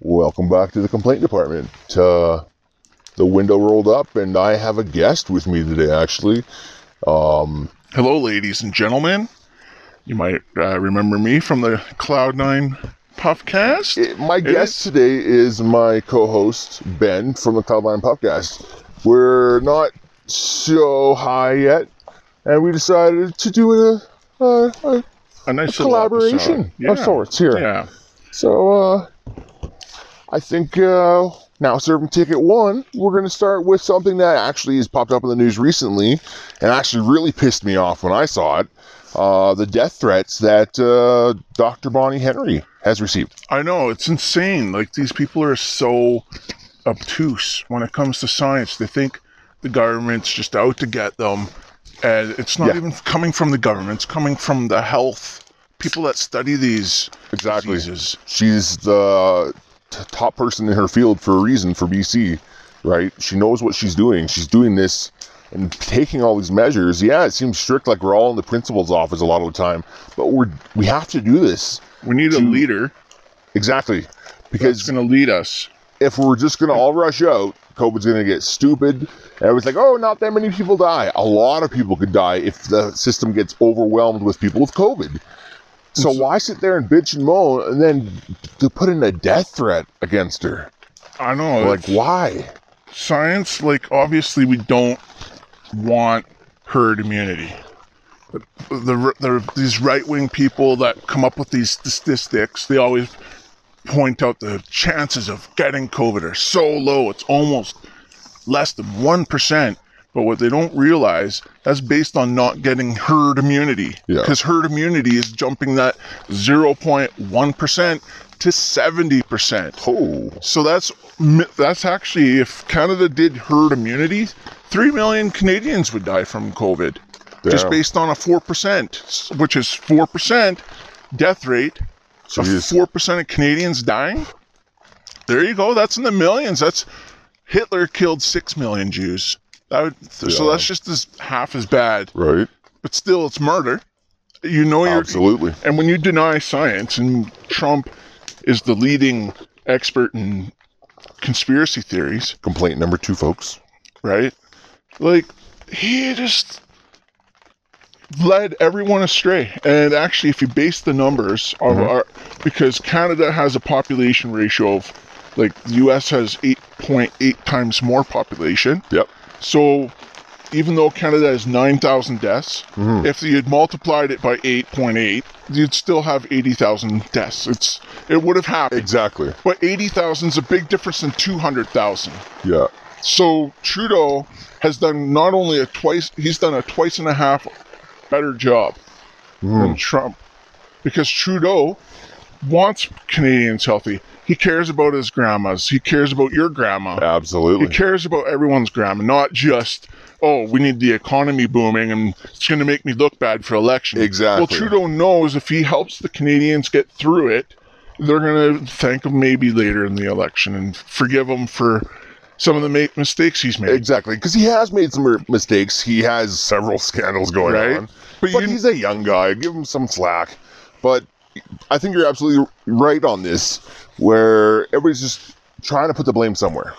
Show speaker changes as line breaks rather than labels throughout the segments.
Welcome back to the complaint department. Uh, the window rolled up, and I have a guest with me today, actually. Um,
Hello, ladies and gentlemen. You might uh, remember me from the Cloud9 Puffcast.
it- my guest today is my co host, Ben from the Cloudline Podcast. We're not so high yet, and we decided to do a, a, a
a nice little
collaboration
episode. Yeah.
of sorts here.
Yeah.
So, uh, I think uh, now serving ticket one, we're going to start with something that actually has popped up in the news recently and actually really pissed me off when I saw it. Uh, the death threats that uh, Dr. Bonnie Henry has received.
I know, it's insane. Like, these people are so obtuse when it comes to science. They think the government's just out to get them. And it's not
Yeah.
even coming from the government, it's coming from the health people that study these
Exactly.
diseases.
She's the t- top person in her field for a reason for BC, right? She knows what she's doing. She's doing this and taking all these measures. Yeah, it seems strict, like we're all in the principal's office a lot of the time, but we're we have to do this.
We need a leader
Exactly.
that's
Because
going to lead us.
if we're just going to all rush out, COVID's going to get stupid. And it was like, oh, not that many people die. A lot of people could die if the system gets overwhelmed with people with COVID. So why sit there and bitch and moan and then to put in a death threat against her?
I know.
Like, why?
science, like obviously we don't want herd immunity. But the, the these right wing people that come up with these statistics, they always point out the chances of getting COVID are so low. It's almost less than one percent. But what they don't realize that's based on not getting herd immunity.
Yeah.
Because herd immunity is jumping that zero point one percent to seventy percent.
Oh,
So that's that's actually if Canada did herd immunity, three million Canadians would die from COVID, just
Damn.
based on a four percent, which is four percent death rate.
Jeez.
Four percent of Canadians dying. There you go. That's in the millions. That's Hitler killed six million Jews. That would, So
Yeah.
that's just as half as bad,
right?
but still, it's murder. You know, you're
Absolutely.
and when you deny science, and Trump is the leading expert in conspiracy theories,
Complaint number two, folks.
right? Like, he just led everyone astray. And actually, if you base the numbers of our, because Canada has a population ratio of, like, the US has 8.8 times more population.
Yep.
So even though Canada has 9,000 deaths, if you'd multiplied it by 8.8, you'd still have 80,000 deaths. It's it would have happened.
Exactly.
But 80,000 is a big difference than 200,000.
Yeah.
So Trudeau has done not only a twice he's done a twice and a half better job
Hmm. Mm.
than Trump because Trudeau wants Canadians healthy. He cares about his grandmas. He cares about your grandma. He
Absolutely.
cares about everyone's grandma, not just, oh, we need the economy booming and it's going to make me look bad for election.
Exactly.
Well, Trudeau knows if he helps the Canadians get through it, they're going to thank him maybe later in the election and forgive him for some of the ma- mistakes he's made.
Exactly. Because he has made some er- mistakes. He has several scandals going
Right.
on.
But
But,
you-
he's a young guy. Give him some slack. But I think you're absolutely right on this, where everybody's just trying to put the blame somewhere.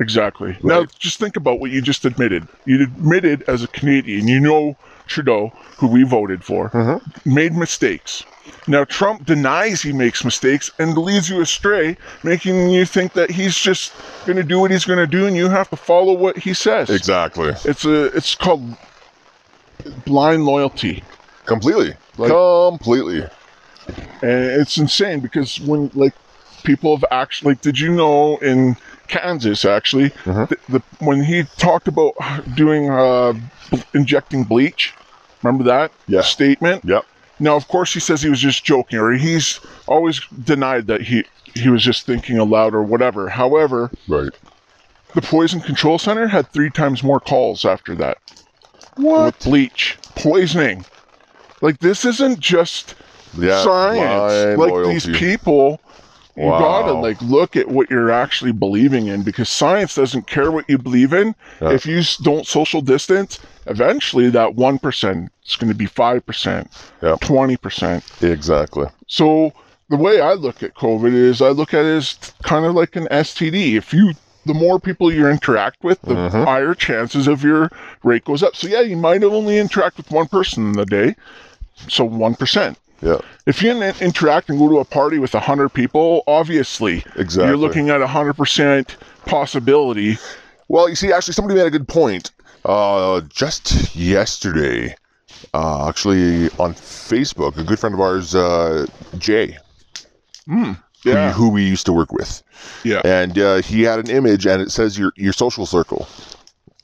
Exactly. Now,
Right.
just think about what you just admitted. You admitted as a Canadian, you know Trudeau, who we voted for,
Uh-huh.
made mistakes. Now, Trump denies he makes mistakes and leads you astray, making you think that he's just going to do what he's going to do and you have to follow what he says.
Exactly.
It's, a, it's called blind loyalty.
Completely.
Like-
Completely.
And it's insane because when like people have actually, like, did you know in Kansas actually,
Uh-huh.
th- the, when he talked about doing uh, bl- injecting bleach, remember that
Yeah.
statement?
Yep.
Now, of course, he says he was just joking, or he's always denied that he he was just thinking aloud or whatever. However,
Right.
the Poison Control Center had three times more calls after that.
What?
With bleach poisoning. Like this isn't just
Yeah.
science.
blind
Like
loyalty.
these people, you
Wow.
gotta like look at what you're actually believing in because science doesn't care what you believe in.
Yeah.
If you s- don't social distance, eventually that one percent is going to be five percent,
Yep.
twenty percent.
Exactly.
So the way I look at COVID is I look at it as kind of like an STD. If you, the more people you interact with, the
Mhm.
higher chances of your rate goes up. So yeah, you might only interact with one person in the day, so one percent.
Yeah.
If you in- interact and go to a party with hundred people, obviously
Exactly.
you're looking at hundred percent possibility.
Well, you see, actually, somebody made a good point uh, just yesterday. Uh, actually, on Facebook, a good friend of ours, uh, Jay, who-
Yeah,
who we used to work with,
yeah,
and uh, he had an image, and it says your your social circle,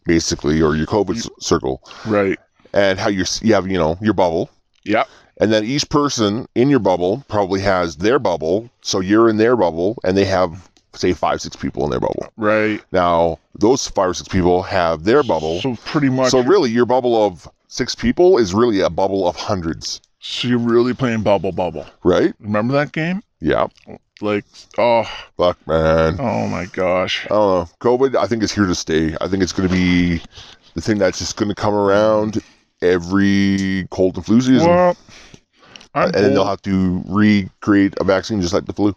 basically, or your COVID c- circle,
right.
and how you you have you know your bubble,
Yep.
and then each person in your bubble probably has their bubble, so you're in their bubble, and they have say five six people in their bubble.
Right.
Now those five or six people have their bubble.
So pretty much.
So really, your bubble of six people is really a bubble of hundreds,
so you're really playing bubble bubble.
right?
Remember that game?
Yeah.
Like, oh,
Fuck, man.
oh my gosh.
I don't know. Uh, COVID, I think is here to stay. I think it's going to be the thing that's just going to come around every cold and flu season,
Well, I'm
and then they'll
old.
have to recreate a vaccine just like the flu.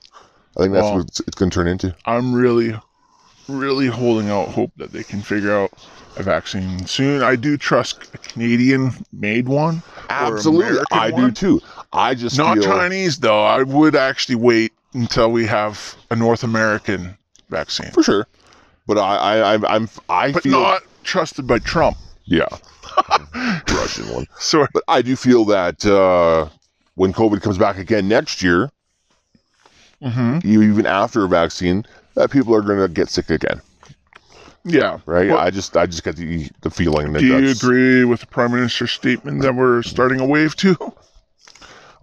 I think that's
Well-
what it's, it's going to turn into.
I'm really, really holding out hope that they can figure out a vaccine soon. I do trust a Canadian-made one,
Absolutely,
American
I do
one?
too. I just
not
feel,
Chinese though. I would actually wait until we have a North American vaccine,
for sure, but I, I, I'm, I'm I
but
feel
not trusted by Trump.
yeah, Russian one.
So
But I do feel that uh, when COVID comes back again next year,
mhm.
you even after a vaccine, that people are going to get sick again,
yeah.
right?
Well,
I just I just get the the feeling that.
do you
that's-
agree with the prime minister's statement that we're starting a wave two?
Hmm.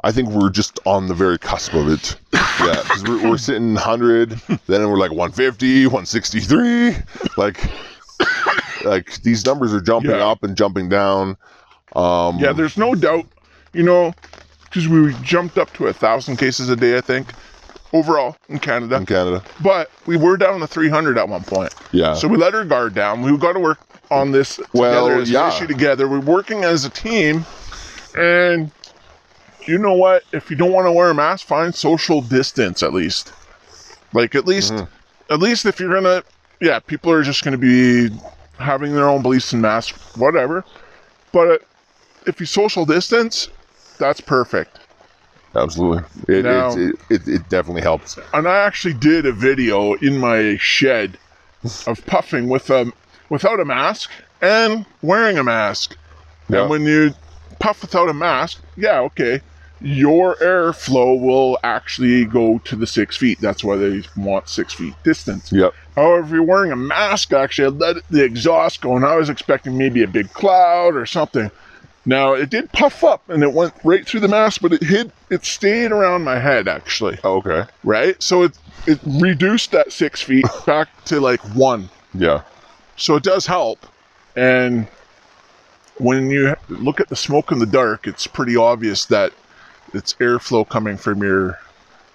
I think we're just on the very cusp of it. Yeah, because we're, we're sitting 100, then we're like 150, 163, like like these numbers are jumping
Yeah.
up and jumping down. Um,
Yeah, there's no doubt, you know, because we jumped up to a thousand cases a day, I think, overall in Canada.
in Canada.
But we were down to 300 at one point.
Yeah.
So we let our guard down. We've got to work on this
Well,
together, as an
yeah.
issue together. We're working as a team. And you know what? If you don't want to wear a mask, find social distance at least. Like at least,
Mm-hmm.
at least if you're gonna, yeah, people are just gonna be having their own beliefs and masks, whatever. But if you social distance, that's perfect.
absolutely. It,
Now-
it, it, it, it definitely helps.
and I actually did a video in my shed of puffing with um without a mask and wearing a mask.
Yeah.
And when you puff without a mask, yeah, okay, your airflow will actually go to the six feet. That's why they want six feet distance.
Yep.
However, if you're wearing a mask, actually, I let the exhaust go, and I was expecting maybe a big cloud or something. Now it did puff up, and it went right through the mask, but it hid. It stayed around my head actually
Okay.
right? So it it reduced that six feet back to like one.
Yeah.
So it does help. And when you look at the smoke in the dark, it's pretty obvious that it's airflow coming from your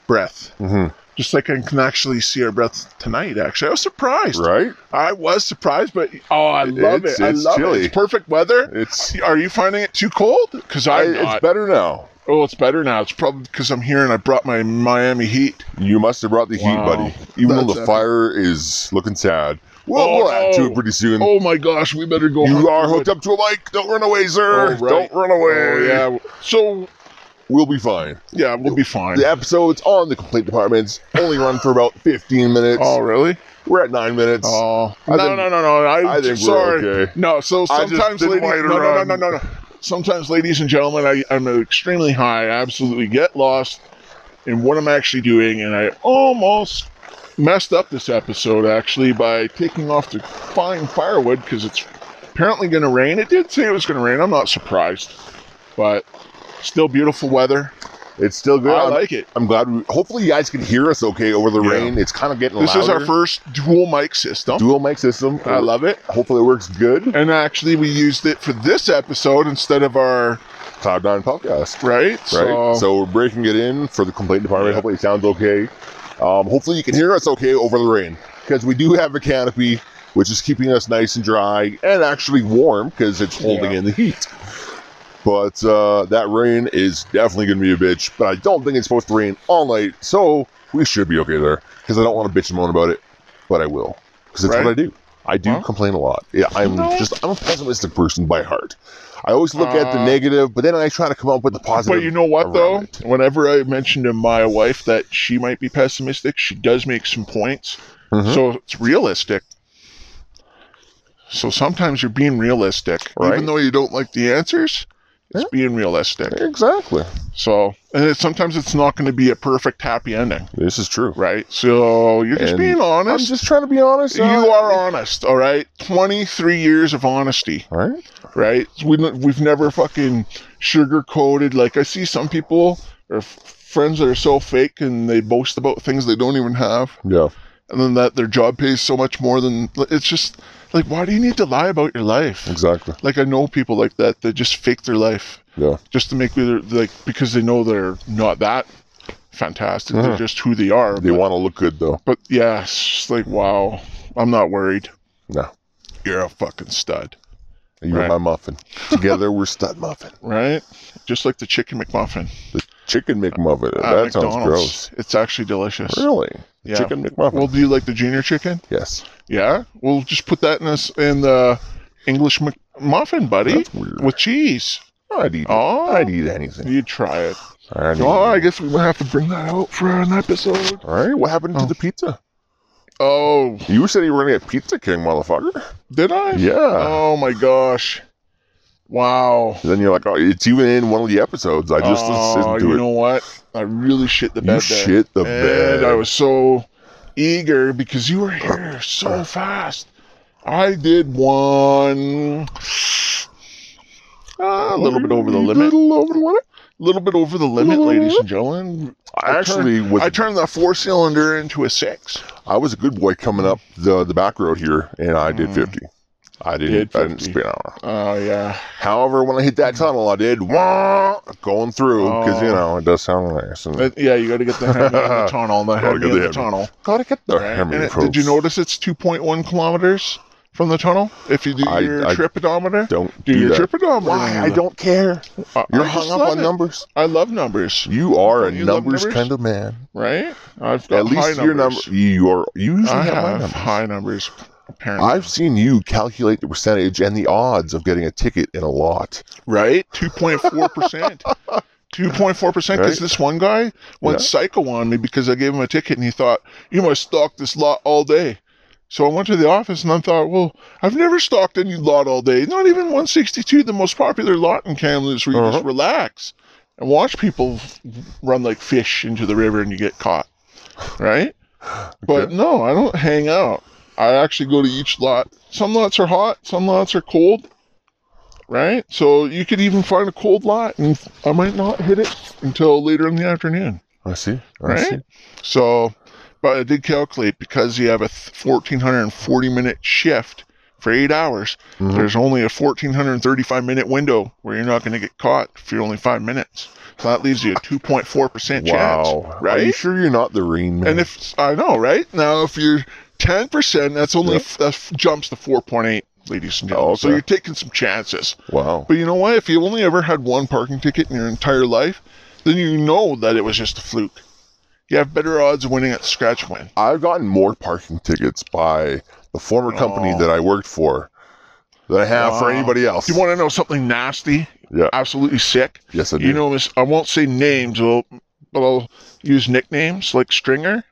breath.
Mhm.
Just like I can actually see our breath tonight. Actually, I was surprised.
Right.
I was surprised, but oh, I love
It's-
it. I
it's
love
chilly.
it. It's perfect weather.
It's
Are you finding it too cold? Because
I,
I'm
it's
not.
better now.
oh, it's better now. It's probably because I'm here and I brought my Miami Heat.
You must have brought the
Wow.
heat, buddy. Even though
That's
the
epic.
fire is looking sad, we'll,
Oh,
we'll add to it
no.
pretty soon.
Oh my gosh, we better go.
you
hunt
are
for
hooked up to a mic. Don't run away, sir.
Oh, right.
Don't run away.
wood. Oh, yeah. So
We'll be fine.
yeah, we'll be fine.
The episode's on the complaint departments. Only run for about 15 minutes.
Oh really?
We're at nine minutes.
Oh
I
no,
think-
no, no, no. I,
I think we're
sorry.
okay.
No. So
I just
sometimes,
didn't
ladies,
want you to
no, no, no,
run.
no, no, no. Sometimes, ladies and gentlemen, I, I'm extremely high. I absolutely get lost in what I'm actually doing, and I almost messed up this episode actually by taking off the fine firewood because it's apparently going to rain. It did say it was going to rain. I'm not surprised, but still beautiful weather.
it's still good.
I
I'm,
like it.
I'm glad. We, hopefully, you guys can hear us okay over the
Yeah.
rain. It's kind of getting
This is our
louder.
first dual mic system.
dual mic system.
I love it.
Hopefully, it works good.
And actually, we used it for this episode instead of our
Cloud Nine podcast.
right.
right? So, we're breaking it in for the complaint department.
Yeah.
Hopefully it sounds okay. Um, hopefully you can hear us okay over the rain because we do have a canopy, which is keeping us nice and dry and actually warm because it's holding
Yeah.
in the heat. But uh, that rain is definitely going to be a bitch. But I don't think it's supposed to rain all night, so we should be okay there. Because I don't want to bitch and moan about it, but I will. Because it's
Right.
what I do. I do
Well.
complain a lot. Yeah, I'm just I'm a pessimistic person by heart. I always look at the
Uh,
negative, but then I try to come up with the positive.
But you know what,
around
though?
it.
Whenever I mentioned to my wife that she might be pessimistic, she does make some points.
Mhm.
So it's realistic. So sometimes you're being realistic.
Right.
Even though you don't like the answers, it's
Yeah.
being realistic.
Exactly.
So, and it, sometimes it's not going to be a perfect happy ending,
This is true.
right? So you're just
And
being
I'm
honest.
just uh, trying to be honest.
you are honest, all right? 23 years of honesty.
All right.
right? We don't- we've never fucking sugar coated. Like I see some people or f- friends that are so fake and they boast about things they don't even have,
Yeah.
and then that their job pays so much more than it's just like why do you need to lie about your life?
Exactly.
Like I know people like that that just fake their life
Yeah.
just to make their like because they know they're not that fantastic. They're
Mhm.
just who they are.
They
but,
want to look good though.
but yeah, it's just like wow, I'm not worried.
No.
You're a fucking stud,
You
Right.
and my muffin. Together we're stud muffin.
right? Just like the chicken McMuffin.
The chicken McMuffin.
at
that sounds
McDonald's. It's actually delicious.
gross. Really? The
Yeah.
Chicken McMuffin.
We'll do like the junior chicken.
yes.
Yeah, we'll just put that in this in the English Mc- muffin, buddy,
That's weird.
with cheese.
I'd eat.
Oh.
I'd eat anything.
You try it.
I'd eat
Oh, I
anything.
guess we might have to bring that out for an episode.
All right. What happened
Oh.
to the pizza?
Oh,
You said you were gonna get Pizza King, motherfucker.
did I?
Yeah.
Oh my gosh! Wow.
Then you're like, oh, it's even in one of the episodes. I just
oh,
listened to
you
it.
know what? I really shit the
You
bed. there.
shit the bed.
And I was so eager because you were here so fast. I did one uh, a little bit over the
Ah, A
limit. A
little over the limit.
little bit over the limit, ladies and gentlemen. I turned-
Actually, with
I turned the four cylinder into a six.
I was a good boy coming up the the back road here, and I did
Mm.
fifty. I didn't.
Did
I didn't
50.
spin out.
Oh yeah.
However, when I hit that tunnel, I did wah, going through because you
Oh.
know it does sound nice. And
But, yeah, you got to get the Hemi in the tunnel. The
Gotta
Hemi
get
in
the
the
Hemi.
tunnel.
gotta get there.
right?
I
And
mean,
it- did you
folks,
notice it's 2.1 kilometers from the tunnel? If you do
I-
your
I
trip odometer,
Don't
do,
do
your
that.
trip odometer.
Why? I don't care.
I-
You're
I
hung
just
up
love
on
it.
numbers.
I love numbers,
You are a
You love
numbers,
numbers?
kind of man.
right? I've got
At
high
least
numbers.
your number. You are. You usually
I
have, my
have
number.
high numbers. Apparently,
I've seen you calculate the percentage and the odds of getting a ticket in a lot.
right? Two point four percent. Two point four percent. Because
Right.
this one guy went
Yeah.
psycho on me because I gave him a ticket, and he thought you must stalk this lot all day. So I went to the office and I thought, well, I've never stalked any lot all day. Not even 162, the most popular lot in Kamloops, where you just
Uh-huh.
relax and watch people run like fish into the river and you get caught, right? But no, I don't hang out. I actually go to each lot. Some lots are hot, some lots are cold, right? So you could even find a cold lot, and I might not hit it until later in the afternoon,
I see. I
right?
see.
So, but I did calculate because you have a th- 1440 minute shift for eight hours,
Mhm.
there's only a 1435 minute window where you're not going to get caught if you're only five minutes. So that leaves you a 2.4%
Wow.
chance,
Are you
right?
sure you're not the rain man?
And if I know, right now, if you're ten percent, that's only
Yep.
that jumps to four point eight, ladies and gentlemen.
Oh,
So
okay.
you're taking some chances.
wow.
But you know what? If you only ever had one parking ticket in your entire life, then you know that it was just a fluke. You have better odds of winning at scratch win.
I've gotten more parking tickets by the former company
Oh.
that I worked for than I have for
Wow.
anybody else.
Do you want to know something nasty?
Yeah.
Absolutely sick.
yes, I do.
You know, Miss. I won't say names, well, but I'll use nicknames like Stringer.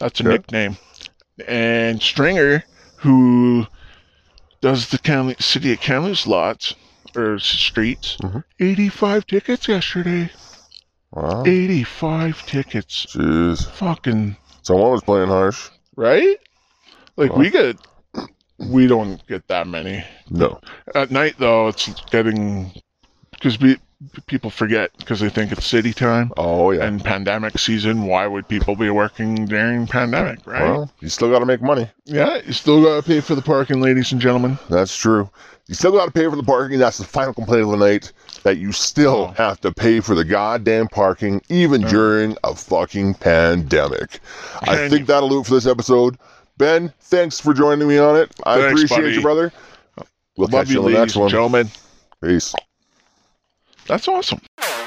That's a
Sure.
nickname. And Stringer, who does the county, city of Kamloops lots or s- streets,
Mhm.
85 tickets yesterday.
wow.
85 tickets.
Jeez.
Fucking
Someone was playing harsh.
right. Like
Wow.
we get, we don't get that many.
No.
At night though, it's getting because we people forget because they think it's city time
Oh, yeah.
and pandemic season, why would people be working during pandemic, right?
Well, you still got to make money.
yeah, you still gotta pay for the parking, ladies and gentlemen.
That's true. You still got to pay for the parking. That's the final complaint of the night. That you still
Oh.
have to pay for the goddamn parking, even
Yeah.
during a fucking pandemic. I
Can
think
you-
that'll do it for this episode. Ben, thanks for joining me on it. I
Thanks,
appreciate
buddy.
you, brother. We'll
Love
catch you
you,
on the
ladies
next
and
one.
gentlemen.
Peace.
That's awesome.